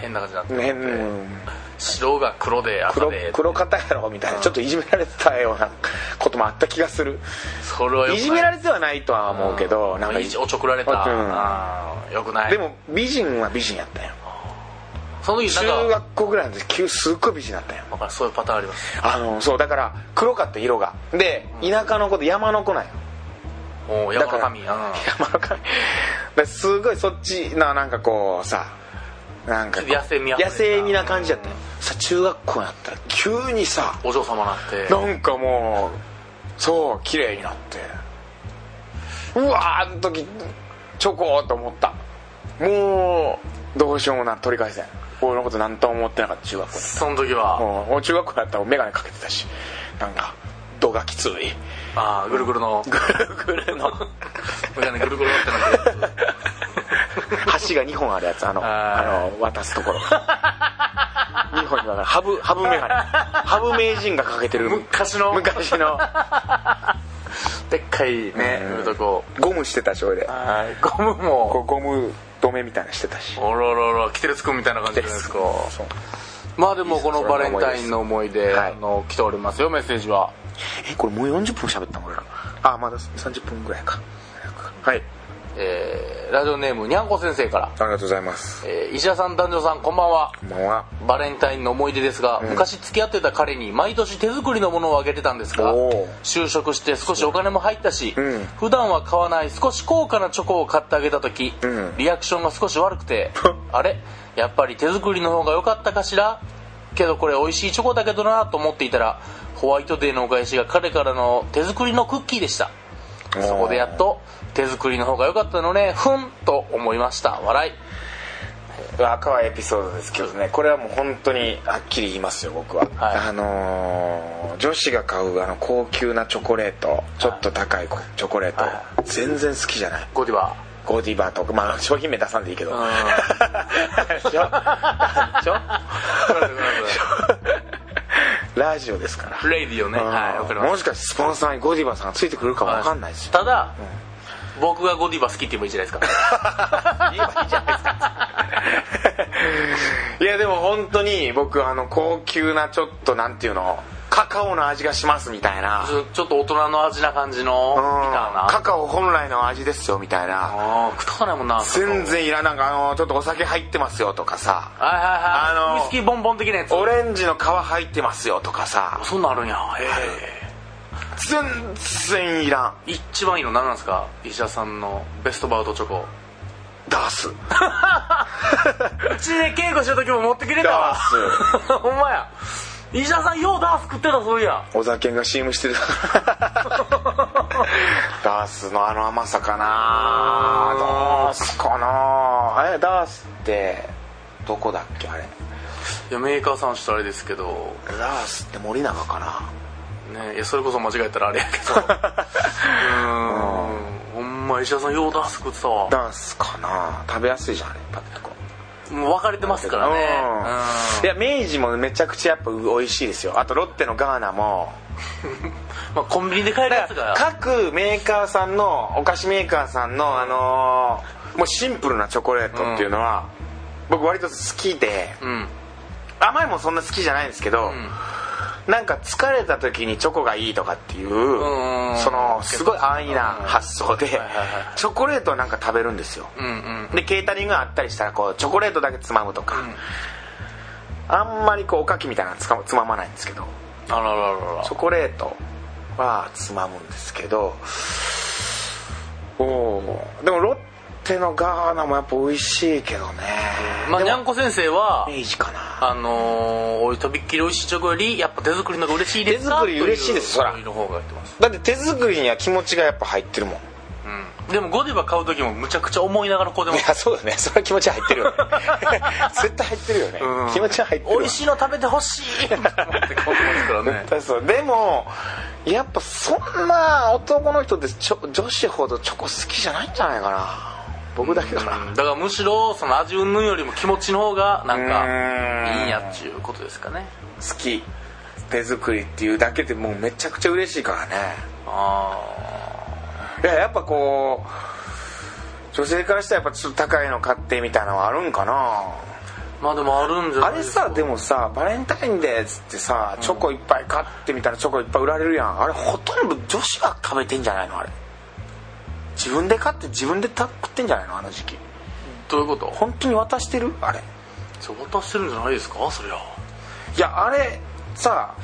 変な感じになって
ね、うん、
白が黒で赤
黒
で
黒肩やろみたいな、ちょっといじめられてたようなこともあった気がする
それはよくない
いじめられてはないとは思うけど、なんか
いじおちょくられた、
うん
うんよくない
でも美人は美人やったよ
その時なんか
中学校ぐらいの時急すっごい美人だったよ
わかるそういうパターンあります
あのそうだから黒かった色がで田舎の子で山の子なんよ
もう
だか
山の
ら
神うん
山の神ですごいそっちななんかこうさなんかこう
野生味あふれた
野生味な感じやったよさ中学校やったら急にさ
お嬢様なんて
なんかもうそう綺麗になってうわーあの時チョコーと思ったもうどうしようもな取り返せん俺のこと何とも思ってなかった中学校
その時は、
もうもう中学校だったら眼鏡かけてたしなんか度がきつい
ああぐるぐるの
ぐるぐるの
眼鏡ぐるぐるってなってるや
橋が2本あるやつあの
あ
あの渡すところ2本だからハブハブ眼鏡ハブ名人がかけてる
つ昔の
昔の
でっかいね
うん
うとこ
ゴムしてたし俺で
はいゴム
こ
も
うゴム止めみたいなのしてたし
おろろろキテレツくんみたいな感じじゃないですか
そう
まあでもこのバレンタインの思い出
はい
あの来ておりますよメッセージは
えこれもう40分喋ったの俺らあまだ30分ぐらいかはいあ
えーラジオネームにゃんこ先生から
りがとうございます
えー石田さん男女さんこんばんは
こんばんは
バレンタインの思い出ですが、昔付き合ってた彼に毎年手作りのものをあげてたんですが
おー
就職して少しお金も入ったし、
うん
普段は買わない少し高価なチョコを買ってあげた時、
うん
リアクションが少し悪 くてあれやっぱり手作りの方が良かったかしらけどこれ美味しいチョコだけどなと思っていたらホワイトデーのお返しが彼からの手作りのクッキーでしたそこでやっと手作りの方が良かったのねふんと思いました笑い
赤はエピソードですけどねこれはもう本当にはっきり言いますよ僕は、
はい
あのー女子が買うあの高級なチョコレートちょっと高いチョコレート、
は
全然好きじゃない
ゴディバ
ゴディバとかまあ商品名出さんでいいけどでしょでしょラジオですから
レイディオねはいわかりま
も
し
しかしてスポンサーにゴディバさんがついてくるか
た
分かんないですよ
ただ、僕がゴディバ好きって言えばいいじゃないですか
いやでも本当に僕あの高級なちょっとなんていうのカカオの味がしますみたいな
ちょちょっと大人の味な感じのみたい
うんカ
な
カオ本来の味ですよみたいな
あー食ったことないもんな
全然いらんなんかあのちょっとお酒入ってますよとかさ
はいはい
あ
はい
のー
ウイスキーボンボン的なやつ
オレンジの皮入ってますよとかさ
そんなんあるんやへ
全然いらん
え一番いいの何なんですか石田さんのベストバウトチョコ
出す出
うちで稽古してる時も持ってくれたわ ほんまや石田さんようダース食ってたそういや
すお酒が CM してる ダースのあの甘さかなダースかなあれダースってどこだっけあれ
いやメーカーさんしたあれですけど
ダースって森永かな
ねいやそれこそ間違えたらあれやけど うーんほんま石田さんようダース食ってたわ
ダースかな食べやすいじゃんあれパッとこう
もう分かれてますからね
うんいや明治もめちゃくちゃやっぱ美味しいですよあとロッテのガーナも
うんまあ、コンビニで買えるやつが
各メーカーさんのお菓子メーカーさんのあのーもうシンプルなチョコレートっていうのは、僕割と好きで
うん
甘いもんそんな好きじゃないんですけど、なんか疲れた時にチョコがいいとかっていう、
ん
そのすごい安易な発想で、
はいは
チョコレートなんか食べるんですよ、
うんうん
でケータリングがあったりしたらこうチョコレートだけつまむとか、あんまりこうおかきみたいなのつかつままないんですけど
あらららら
チョコレートはつまむんですけどおおでもロッテのガーナもやっぱ美味しいけどね
まあ
で
に
も
ゃんこ先生は
明治かな
あのー、おいとびっきり美味しいチョコよりやっぱ手作りの方が嬉しいですか
手作り嬉しいです
とう
そら
お祝の方が言ってます
だって手作りには気持ちがやっぱ入ってるもんい
うんでもゴディバ買う時もむちゃくちゃ思いながらこうでも
やそうだねそれは気持ち入ってる よね絶対入ってるよね、気持ちは入ってるわ
美味しいの食べてほし いと思って買うてますからね
絶対そうでもやっぱそんな男の人ってちょ女子ほどチョコ好きじゃないんじゃないかな僕だけかな
うん だからむしろその味云々よりも気持ちの方がなんか
うーん
いいんやっちゅうことですかね
好き手作りっていうだけでもうめちゃくちゃ嬉しいからね
あ
いややっぱこう女性からしたらやっぱちょっと高いの買ってみたいなのはあるんかな
あまあでもあるんじゃな
あ
い
れ
ですか
さでもさバレンタインデーっつってさチョコいっぱい買ってみたらチョコいっぱい売られるやんあれほとんど女子が食べてんじゃないのあれ自分で買って自分で食ってんじゃないのあの時期
どういうこと
本当に渡してるあれ
そう渡してるんじゃないですかそりゃ
いやあれさ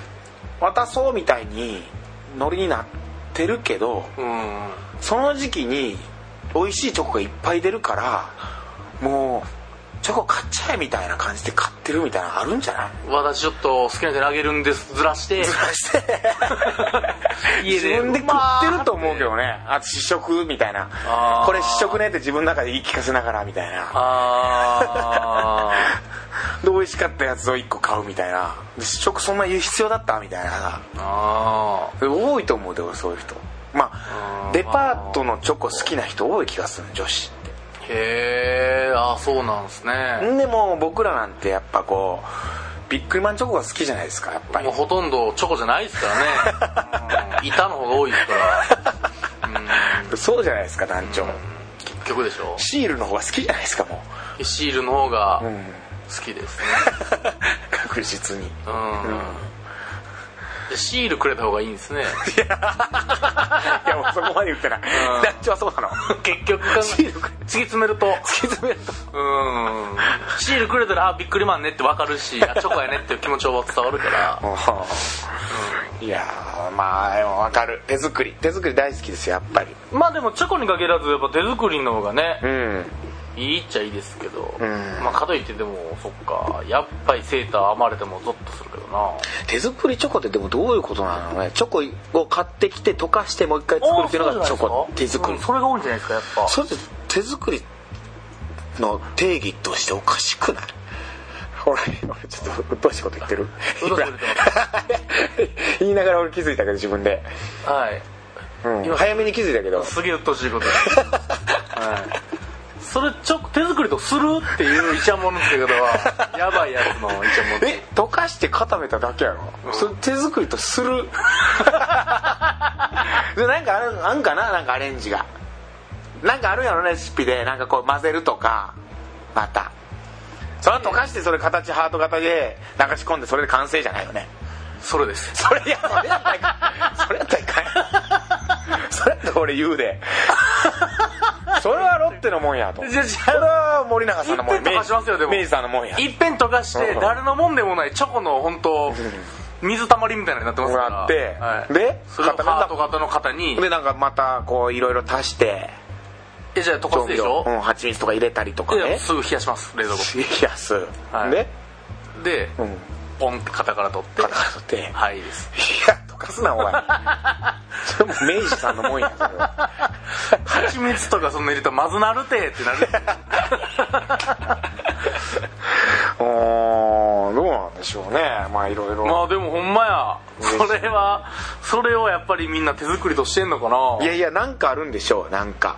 渡そうみたいにノリになってるけど
うん
その時期に美味しいチョコがいっぱい出るからもうチョコ買っちゃえみたいな感じで買ってるみたいなのあるんじゃない
私ちょっと好きな人にあげるんですずらして
ずらして
家
自
で
分で食ってると思うけどねあ試食みたい
あ
な
ー
これ試食ねって自分の中で言い聞かせながらみたいな
あ
で美味しかったやつを1個買うみたいなで試食そんな言う必要だったみたいなさ
ーあ
で多いと思うで俺そういう人まあ
うん
デパートのチョコ好きな人多い気がする女子って
ーへえあーそうなんですね
でも僕らなんてやっぱこうビックリマンチョコが好きじゃないですかやっぱり
もうほとんどチョコじゃないで すからねうん板の方が多いですからうん
そうじゃないですか団長
結局でしょ
シールの方が好きじゃないですかも
シールの方が
う、うん、
好きですね
確実に
うんでシールくれた方がいいんですね
いやもうそこまで言ってない
うん
団長はそうなの
結局考え
シールくれ
突き詰めると
突き詰めると
うんシールくれたらあびっくりマンねって分かるしあチョコやねっていう気持ちは伝わるから
いやーまあでも分かる手作り手作り大好きですよやっぱり
まあでもチョコに限らずやっぱ手作りの方がね
うん
いいっちゃいいですけど、
ん
まあかといってでもそっかやっぱりセーター編まれてもゾッとするけどな
手作りチョコってでもどういうことなのねチョコを買ってきて溶かしてもう一回作るっていうのがチョコ手作り
うんそれが多いんじゃないですかやっぱ
それって手作りの定義としておかしくない 俺俺ちょっとうっとうしいこと言ってる
うっとうしいこと言って
今 言いながら俺気づいたけど自分で、
はい
うん
今
早めに気づいたけど
すげえうっとうしいことだ、 はい、それちょ手作りとするっていうイチャモンの付け方は やばいやつのイチャモン
え溶かして固めただけやろ、
うん
それ手作りとする でなんかあるあんかななんかアレンジがなんかあるやろレシピでなんかこう混ぜるとかまたそれは溶かしてそれ形ハート型で流し込んでそれで完成じゃないよね
それです
それやそれやったらいかんそれやったらいかんそれやったら俺言うでそれはロッテのもんやとそ
じ
れ
ゃじゃ
は森永さんのもん
一遍溶かしますよでも
明治さんのもんや
いっぺん溶かして
うん
誰のもんでもないチョコの本当水たまりみたいなのになってますから
なって
はい、
で
それをハート型の型に
でなんかまたこういろいろ足して
えじゃあ溶かすでしょ
うん蜂蜜とか入れたりとか
いや
ね
すぐ冷やします冷蔵庫
冷やす、
はい
で、
で
うん、
ポンって型から取って
カタカタとっていや
はいです
溶かすな お前それもう明治さんのもんやそれは
蜂蜜とかそんな入れたらまずなるてってなる
うーんどうなんでしょうねまあいろいろ
まあでもほんまやそれはそれをやっぱりみんな手作りとしてんのかない
やいやなんかあるんでしょうなんか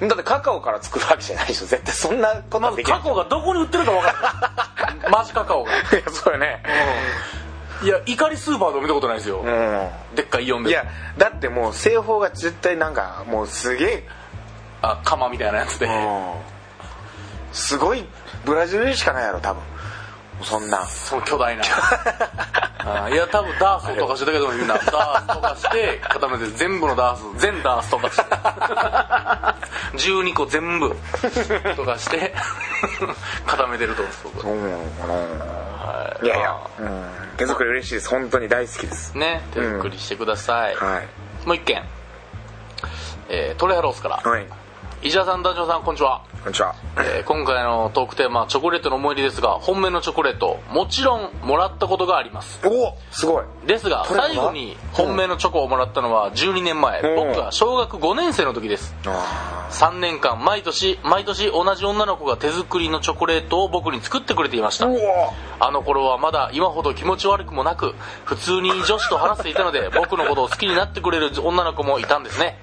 だってカカオから作るわけじゃないでしょ絶対そんなこと
ま
は
ず
できない
カカオがどこに売ってるか分から ないマジカカオが
いやそうよね
いや怒りスーパーでも見たことないですよ、
う
でっかいイオン
ん
で
いやだってもう製法が絶対なんかもうすげえ
あ釜みたいなやつで
うんすごいブラジルにしかないやろ多分そんな
その巨 大なあいや多分ダースを溶かしてたけどみんなダース溶かして固めて全部のダース全ダース溶かして 12個全部溶かして固めてると思うんです
うんうんいやいや、うん、手作り嬉しいです本当に大好きです
僕ね手作りしてください、
はい
もう一件、えートレハロースから、
はい
石田さん団長さんこんにちは、
こんにちは
えー今回のトークテーマはチョコレートの思い出ですが本命のチョコレートもちろんもらったことがあります
おおすごい
ですが
トレハロ
最後に本命のチョコをもらったのは12年前、
うん
僕が小学5年生の時です
あ
3年間毎年毎年同じ女の子が手作りのチョコレートを僕に作ってくれていました
ーうわ
あの頃はまだ今ほど気持ち悪くもなく普通に女子と話していたの で僕のことを好きになってくれる女の子もいたんですね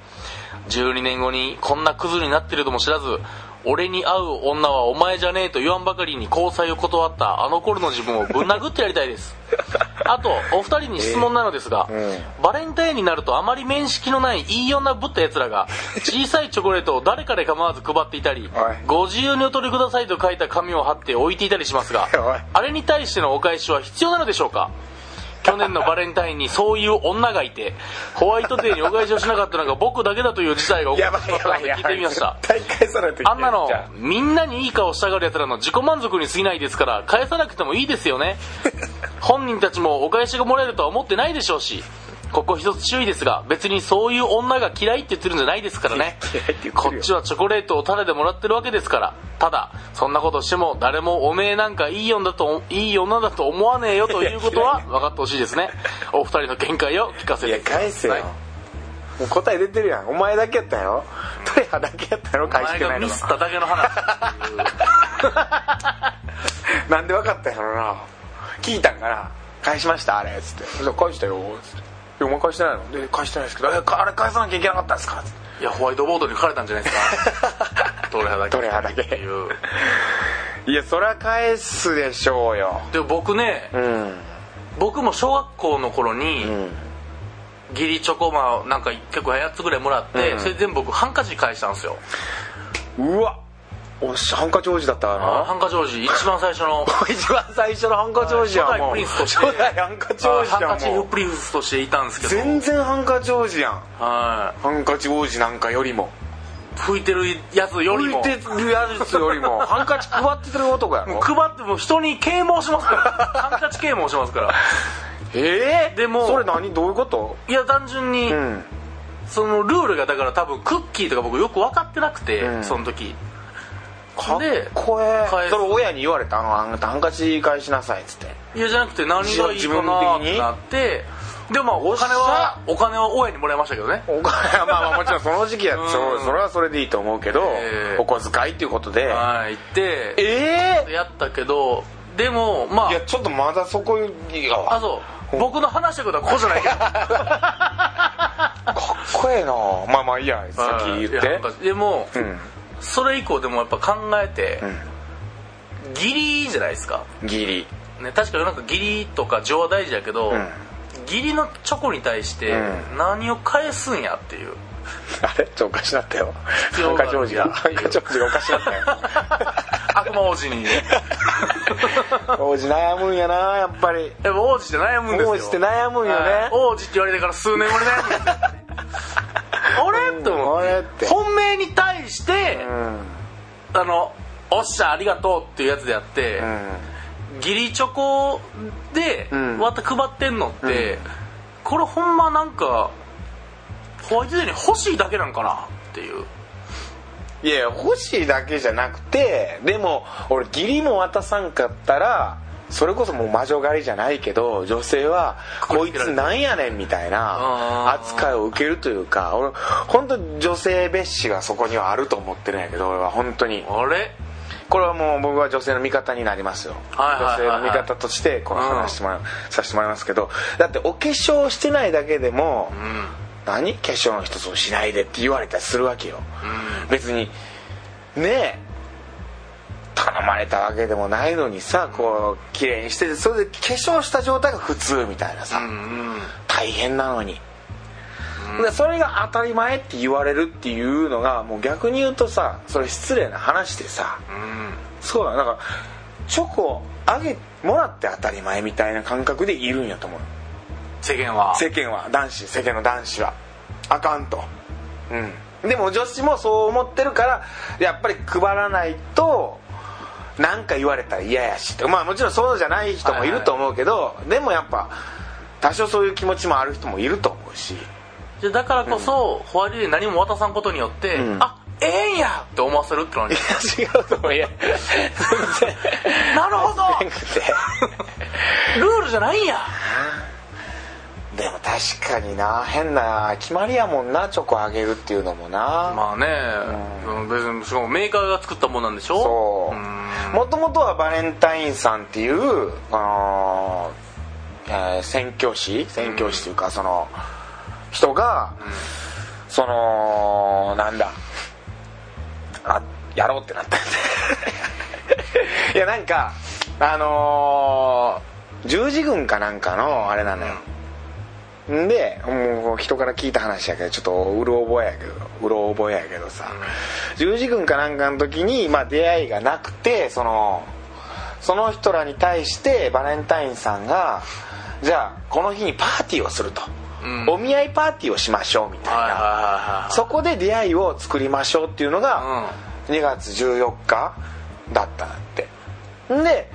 12年後にこんなクズになってるとも知らず俺に会う女はお前じゃねえと言わんばかりに交際を断ったあの頃の自分をぶん殴ってやりたいですあとお二人に質問なのですが、
え
バレンタインになるとあまり面識のないいい女ぶったやつらが小さいチョコレートを誰かで構わず配っていたり
はい
ご自由にお取りくださいと書いた紙を貼って置いていたりしますが
はい
あれに対してのお返しは必要なのでしょうか去年のバレンタインにそういう女がいてホワイトデーにお返しをしなかったのが僕だけだという事態が起
や
こ
ば
って
い
しま
や
っ
ば い
たので
や
聞い
ば
て
い
みました
大会さないといけない
あんなの
じゃ
みんなにいい顔したがる奴らの自己満足に過ぎないですから返さなくてもいいです よね本人たちもお返しがもらえるとは思ってないでしょうしここ一つ注意ですが別にそういう女が嫌いって言ってるんじゃないですから
嫌い
ね
って言ってるよ
こっちはチョコレートをタダでもらってるわけですからただそんなことしても誰もおめえなんかいい女だといい女だと思わねえよということは分かってほしいですねお二人の見解を聞かせ
あい
て
や
ください
返せよ、もう答え出てるやんお前だけやったやろトレハだけやったやろ
お
返し
前
てな
が
いの
ミスっ
が
ただけの話
なんで分かったんやろな聞いたんかな返しましたあれつって「そう返したよ」つって「いやお前返してないの?」で返してないですけど「えかあれ返さなきゃいけなかったんですか?」つって
いやホワイトボードに書かれたんじゃないです かどれだけ
トレハだ
って
け
いう
いやそりゃ返すでしょうよ
で僕ね、
うん
僕も小学校の頃に、
ん
義理チョコまあなんか結構8つぐらいもらって、それ全部僕ハンカチ返したんですよ
うわおしハンカチ王子だった
ハ
な
ンカチ王子一番最初の
一番最初のハンカチ王子やんもう
はい初代プリンスとして
初代ハンカチ王
ハ
子
ンカ
や
チ
んもう
プリウスとしていたんですけど、
全然ハンカチ王子やん
は
ハンカチ王子なんかよりも
い、吹いてるやつより
浮
も
いてるやつよりもハンカチ配ってる男やろ
配っても人に啓蒙します からハンカチ啓蒙しますから
ええ
でも
それ何どういうこと
いや単純に、
うん
そのルールがだから多分クッキーとか僕よく分かってなくて、
うん
その時
かっ
で
こええ
返す
それ親に言われたあのあんたハンカチ返しなさいっつって
いやじゃなくて何がいい
自
か
分
なっ
的に
てなってでもま
お
あお金
っし
は
ゃ
お金は親にもらいましたけどね
お金はまあまあもちろんその時期 や
うん
そそれはそれでいいと思うけど、
ええ
お小遣いっていうことで
はい行って
ええ
やったけどでもまあ
いやちょっとまだそこがわ
あそう僕の話したことはここじゃないけど
かっこええなまあまあいいやさっき言っ
いやな
て
んかでも
うん
それ以降でもやっぱ考えて義理じゃないですか
ギリ
ね確か世の中義理とか情は大事だけど
ん
義理のチョコに対して
う
何を返すんやっていう
あれちょっとおかしなったよ
必
ハ
要
ン
が
カ
あ
チ王
る
子がハンカチ王子がおかしなったよ
悪魔王 子に
王子悩むんやなやっぱり
やっぱ王子って悩むんですよ
王子って悩むんよね
はい王子って言われてから数年後に悩むんですよあれと思っ
あれって
て本命に対して
う、ん
あの「おっしゃありがとう」っていうやつであって、義理チョコで
うん
また配ってんのって、これほんまなんかホワイトデーに欲しいだけなんかなっていう
いや欲しいだけじゃなくてでも俺義理も渡さんかったらそれこそもう魔女狩りじゃないけど女性は
こ
こ
い
い
つら
つなんやねんみたいな
あー
扱いを受けるというか俺本当女性蔑視がそこにはあると思ってるんやけど俺は本当に
あれ
これはもう僕は女性の味方になりますよ、
はいはいはいは
女
い
性の味方としてこの話してもらう、させてもらいますけどだってお化粧してないだけでも、
うん
何化粧の一つをしないでって言われたりするわけよ、別にねえ頼まれたわけでもないのにさこう綺麗にしててそれで化粧した状態が普通みたいなさ、
うんうん
大変なのに、でそれが当たり前って言われるっていうのがもう逆に言うとさそれ失礼な話でさ、
うん
そうだなんかチョコをあげもらって当たり前みたいな感覚でいるんやと思う
世間は
世間は男子世間の男子はあかんとうんでも女子もそう思ってるからやっぱり配らないとなんか言われたら嫌やしとまあもちろんそうじゃない人もいると思うけど、でもやっぱ多少そういう気持ちもある人もいると思うし
じゃあだからこそ、ホワイトデーに何も渡さんことによって、
うん
あええんやって思わせるってのに
違うと思ういや 全然
なるほど
全然
ルールじゃないんや
でも確かにな変な決まりやもんなチョコあげるっていうのもな、
まあね、うん別にしかもメーカーが作ったもんなんでしょ
そう
うん
もともとはバレンタインさんっていう、あのーえー宣教師宣教師というか、その人が、そのなんだあやろう ってなったんでいやなんかあのー十字軍かなんかのあれなのよ、んでもう人から聞いた話やけどちょっとうる覚えやけどうろ覚えやけどさ、十字軍かなんかの時に、まあ、出会いがなくてそのその人らに対してバレンタインさんがじゃあこの日にパーティーをすると、
うん
お見合いパーティーをしましょうみたいな、
はいはいはい
そこで出会いを作りましょうっていうのが2月14日だったんだってで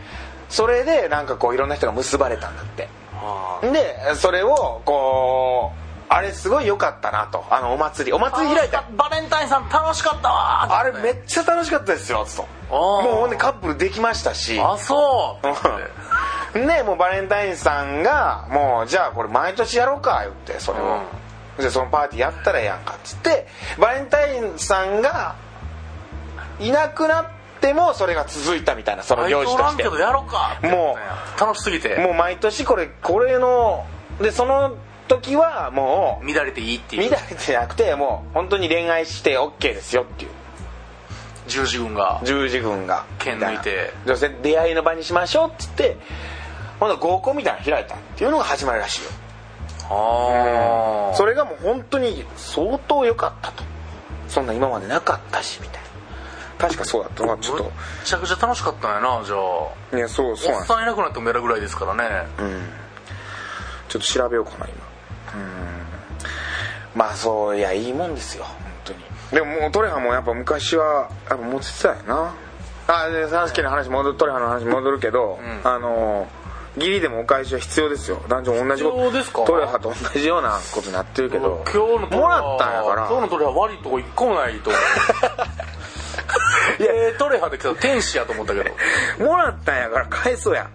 それでなんかこういろんな人が結ばれたんだって
は
でそれをこうあれすごい良かったなとあのお祭りお祭り開いた
バレンタインさん楽しかったわー
あれ
て
めっちゃ楽しかったですよつと
お
も
ー
うほんでカップルできましたし
あそう
ねもうバレンタインさんがもうじゃあこれ毎年やろうか言ってそれを、でそのパーティーやったらええやんかっつってバレンタインさんがいなくなってもそれが続いたみたいなその
バイ
行事
ト
と
ラ
し
ン
て
けどやろうかって
も
楽しすぎて
もう毎年これこれのでその時はもう
乱れていいってい
乱
う
れてなくてもう本当に恋愛して OK ですよっていう
十字軍が
十字軍が
剣抜いて
女性出会いの場にしましょうっつってほんと合コンみたいなの開いたっていうのが始まりらしいよ
ああ
それがもう本当に相当良かったとそんな今までなかったしみたいな確かそうだったなちょっ
むっちゃくちゃ楽しかったんやなじゃあお
といやそうそうなん
っ
です
さんいなくなってもやるぐらいですからね
ちょっと調べようかな今うんまあそういやいいもんですよ本当にでももうトレハもやっぱ昔はやっぱ持ってたよなあでサスケの話戻るトレハの話戻るけど、
うん
あの義理でもお返しは必要ですよ男女同じこと
必要ですか
トレハと同じようなことになってるけど
今日のトレ
もら
ハ
ったんやから
今日のトレハ悪いとこ一個もないと思ういやえートレハで来たら天使やと思ったけど
もらったんやから返そうや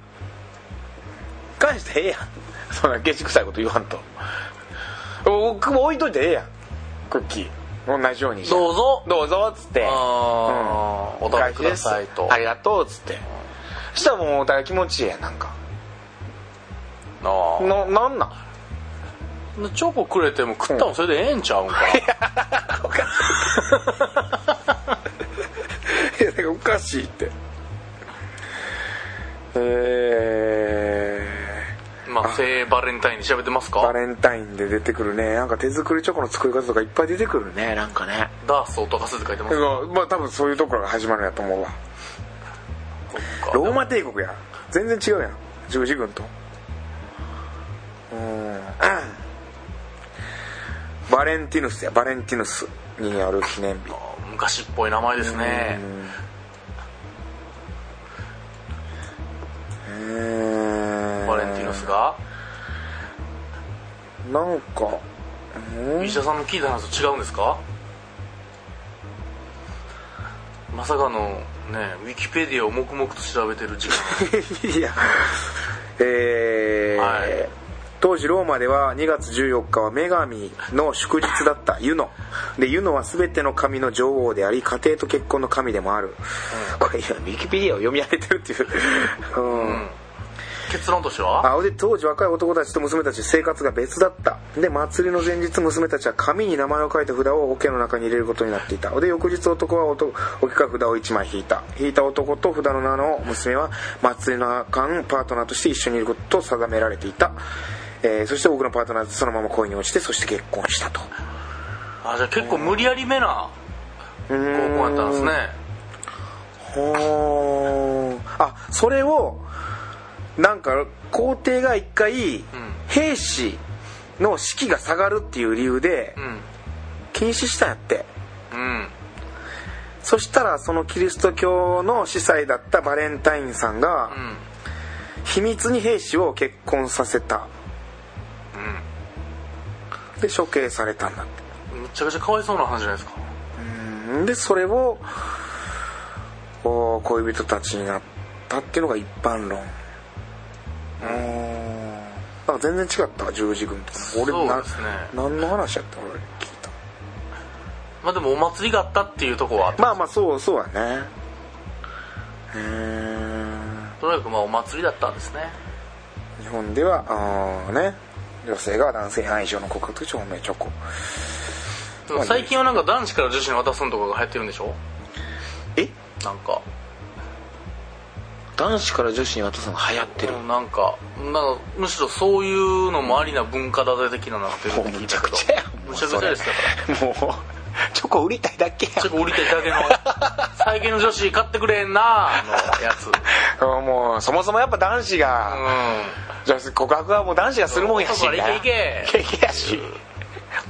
返してええやんそんなケチくさいこと言わんと僕も置いといてええやんクッキー同じようにして
どうぞ
どうぞっつって
あーお食べください
お
と
返しですありがとうっつってしたらもうお互い気持ちいいやんなんか
あ
ななんなん
ーチョコくれても食ったもんそれでええんちゃうんか
いやだからおかしいってえー
まあ聖バレンタインに調べてます
バ
か
レンタインで出てくるねなんか手作りチョコの作り方とかいっぱい出てくるねなんかね
ダースを溶かすって書いてます
まあ多分そういうところが始まるんやと思うわ
か
ローマ帝国や全然違うやん十字軍とうーんバレンティヌスやバレンティヌスによる記念日
昔っぽい名前ですね
うーん
バレンティノスが
なんか
石田さんの聞いた話と違うんですかまさかのねウィキペディアを黙々と調べてる時間
いや、えー
はい
当時ローマでは2月14日は女神の祝日だったユノでユノは全ての神の女王であり家庭と結婚の神でもある、これ今ウィキペディアを読み上げてるっていう、うん
結論としては
あで当時若い男たちと娘たち生活が別だったで祭りの前日娘たちは紙に名前を書いた札を桶の中に入れることになっていたで翌日男は男桶から札を1枚引いた引いた男と札の名の娘は祭りの間パートナーとして一緒にいることと定められていた、えーそして多くのパートナーとそのまま恋に落ちてそして結婚したと
あじゃあ結構無理やりめな
高校
高校やったんですね
ほーあそれをなんか皇帝が一回兵士の士気が下がるっていう理由で禁止したんやって
うんうん
そしたらそのキリスト教の司祭だったバレンタインさんが
うん
秘密に兵士を結婚させたで処刑されたんだって
うんめちゃくちゃかわいそうな話じゃないですか
うんでそれをお恋人たちになったっていうのが一般論うんなんか全然違ったわ十字軍とか俺
そう
な
ですね
何の話やった俺聞いた
まあでもお祭りがあったっていうとこは
まあまあそうそうだねうーん
とにかくまあお祭りだったんですね
日本ではあーね女性が男性に愛情の告白と証明チョコ
でも最近はなんか男子から女子に渡すのとかが流行ってるんでしょ
え
なんか
男子から女子に渡すのが流行ってる、
うんなんかなんかむしろそういうのもありな文化だぜ的ななってる
もう
って聞
む
い
ちゃ
た
く
けど
ちゃやん
むちゃくちゃですだから
らもうチョコ売りたいだけやん
ちょっと降りてだけの最近の女子買ってくれんなのやつう
うんもうそもそもやっぱ男子が、
ん
じゃあ告白はもう男子がするもんやし
男からいけいけ
いけいけやし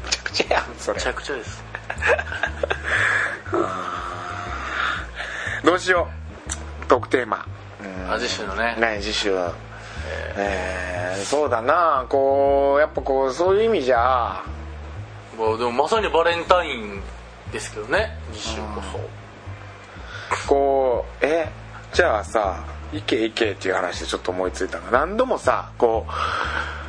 むちゃくちゃやんそれ
めちゃくちゃです
どうしようトークテーマ
味州のね
ね次週はえーそうだなこうやっぱこうそういう意味じゃ
もうでもまさにバレンタインですけどね実習こそ
こうえじゃあさ「いけいけ」っていう話でちょっと思いついたのが何度もさこう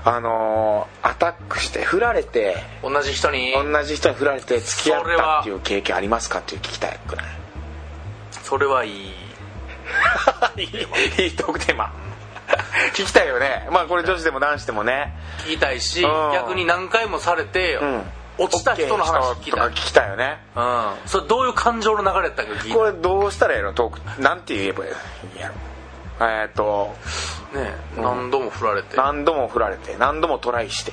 あのーアタックして振られて
同じ人に
同じ人に振られて付き合っ
それ
た
は
っていう経験ありますかっていう聞きたいくない
それはいい
いいいいトークテーマ 聞きたいよねまあこれ女子でも男子でもね
聞きたいし
うん
逆に何回もされて
ん
落ちた人の話聞きたい
聞きたいよね
うんそれどういう感情の流れやったんか聞い
これ
て
どうしたらええのトークなんて言えばいいのやろえーっと
ね何度も振られて
何度も振られて何度もトライして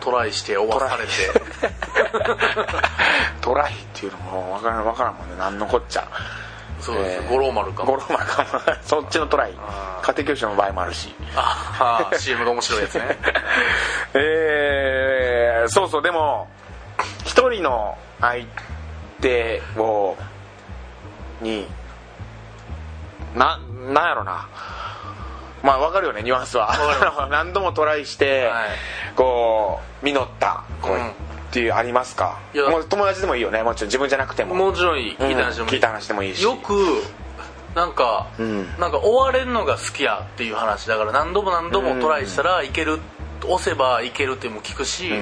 トライして終わされて
トライっていうのも分からん分からんもんね何のこっちゃ
そうですよ
えー
五郎丸か
五郎丸かもそっちのトライ家庭教師の場合もあるし
ああ CM が面白いやつ ね
えー、そうそうでも一人の相手をにななんやろなまあわかるよねニュアンスは
か り
何度もトライして、
はい
こう実った恋、
うん
っていうありますか
いや
もう友達でもいいよねもちろん自分じゃなくても
もちろんいい聞いた話でも
うん聞
いい,、
いた話でもいいし
よくなんか、
ん
なんか追われるのが好きやっていう話だから何度も何度もトライしたらいける、押せばいけるっていうのも聞くし、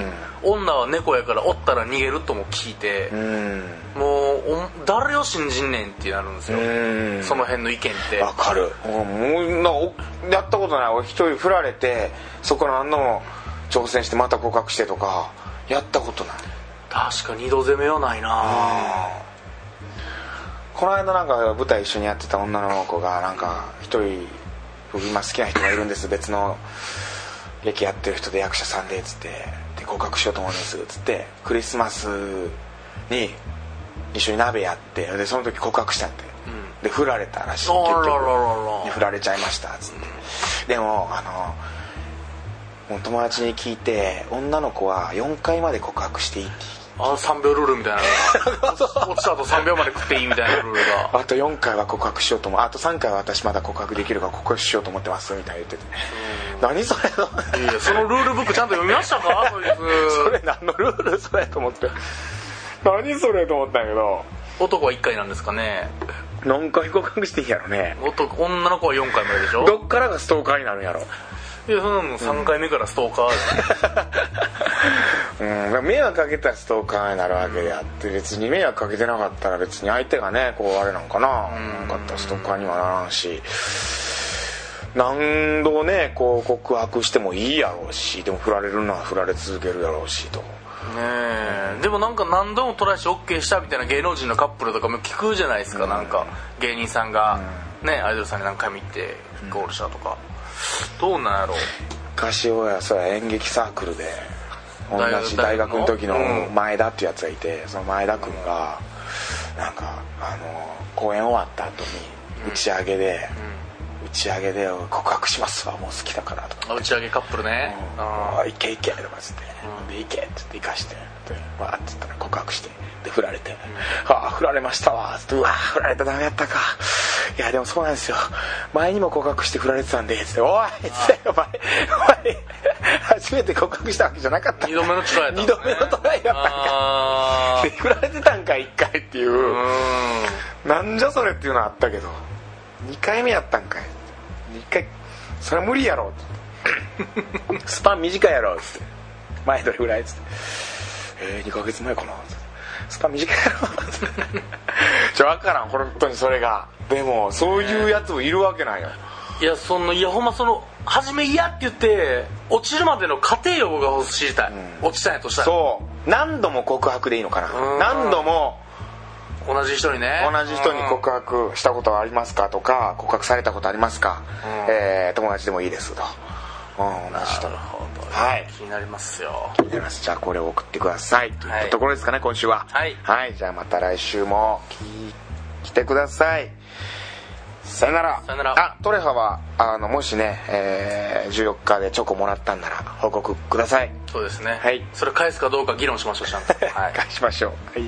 女は猫やから追ったら逃げるとも聞いて、
うん
もうお誰を信じんねんってなるんですよ、
うん
その辺の意見って
わかるもうなおやったことない俺一人振られてそこのあんの挑戦してまた告白してとかやったことない
確か二度攻めはないな
この間なんか舞台一緒にやってた女の子がなんか一人僕今好きな人がいるんです別の劇やってる人で役者さんでっつってで告白しようと思うんですっつってクリスマスに一緒に鍋やってでその時告白したって、で振られたらしい
あらららら
で振られちゃいましたっつってでもあのもう友達に聞いて女の子は4回まで告白していいって
あの3秒ルールみたいなのが落ちた後3秒まで食っていいみたいなルールが
あと4回は告白しようと思うあと3回は私まだ告白できるから告白しようと思ってますみたいな言ってて何それの
いやいやそのルールブックちゃんと読みましたかこいつ
それ何のルールそれと思って何それと思ったんやけど
男は1回なんですかね
何回告白していいんやろね
男女の子は4回まででしょ
どっからがストーカーになるんやろ
いやそんなの3回目からストーカーですよ
うん迷惑かけたらストーカーになるわけであって別に迷惑かけてなかったら別に相手がねこうあれなんかななかったらストーカーにはならんし何度ねこう告白してもいいやろうしでも振られるのは振られ続けるやろうしと
ねえでもなんか何度もトライして OK したみたいな芸能人のカップルとかも聞くじゃないですか、なんか芸人さんが、ねアイドルさんに何回も行ってゴールしたとか、どうなんやろ
昔俺はそれ演劇サークルで同
大学
じ大学の時の
大学のうん
前田ってやつがいてその前田君がなんかあの公演終わった後に打ち上げで打ち上げで「告白しますわもう好きだから」とか
あ打ち上げカップルね、あ
あー「いけいけ」とかっつって「でいけ」っつって行かしてでわーっつったら告白してで振られて「ああ振られましたわ」つって「うわー振られたらダメやったか」いやでもそうなんですよ前にも告白して振られてたんでつって「おい!」つって「お前お前初めて告白したわけじゃなかった
2度目のトライだ、
二度目のトライやったんか
あ
で振られてたんか1回っていう
ー
う
うん
なんじゃそれっていうのはあったけど2回目やったんかい1回それは無理やろって スパン短いやろっつって前どれぐらいっつってえー、2ヶ月前かなっつってスパン短いやろっつって じゃ分からん本当にそれがでもそういうやつもいるわけないよ
いやそのいやほんまその初め嫌って言って落ちるまでの過程を僕が知りたい、落ちたんやとしたら
そう何度も告白でいいのかな
うん
何度も
同じ人にね
同じ人に告白したことはありますかとか告白されたことありますか、
うん
えー友達でもいいですと、うん、同じ人
なるほど、
はい
気になりますよ
気になりますじゃあこれを送ってください、といったところですかね今週は
はい
はい、じゃあまた来週もき来てくださいさよなら
さよなら
あトレハはあのもしね、えー14日でチョコもらったんなら報告ください
そうですね
はい
それ返すかどうか議論しましょうちゃ んと、はい
返しましょうはい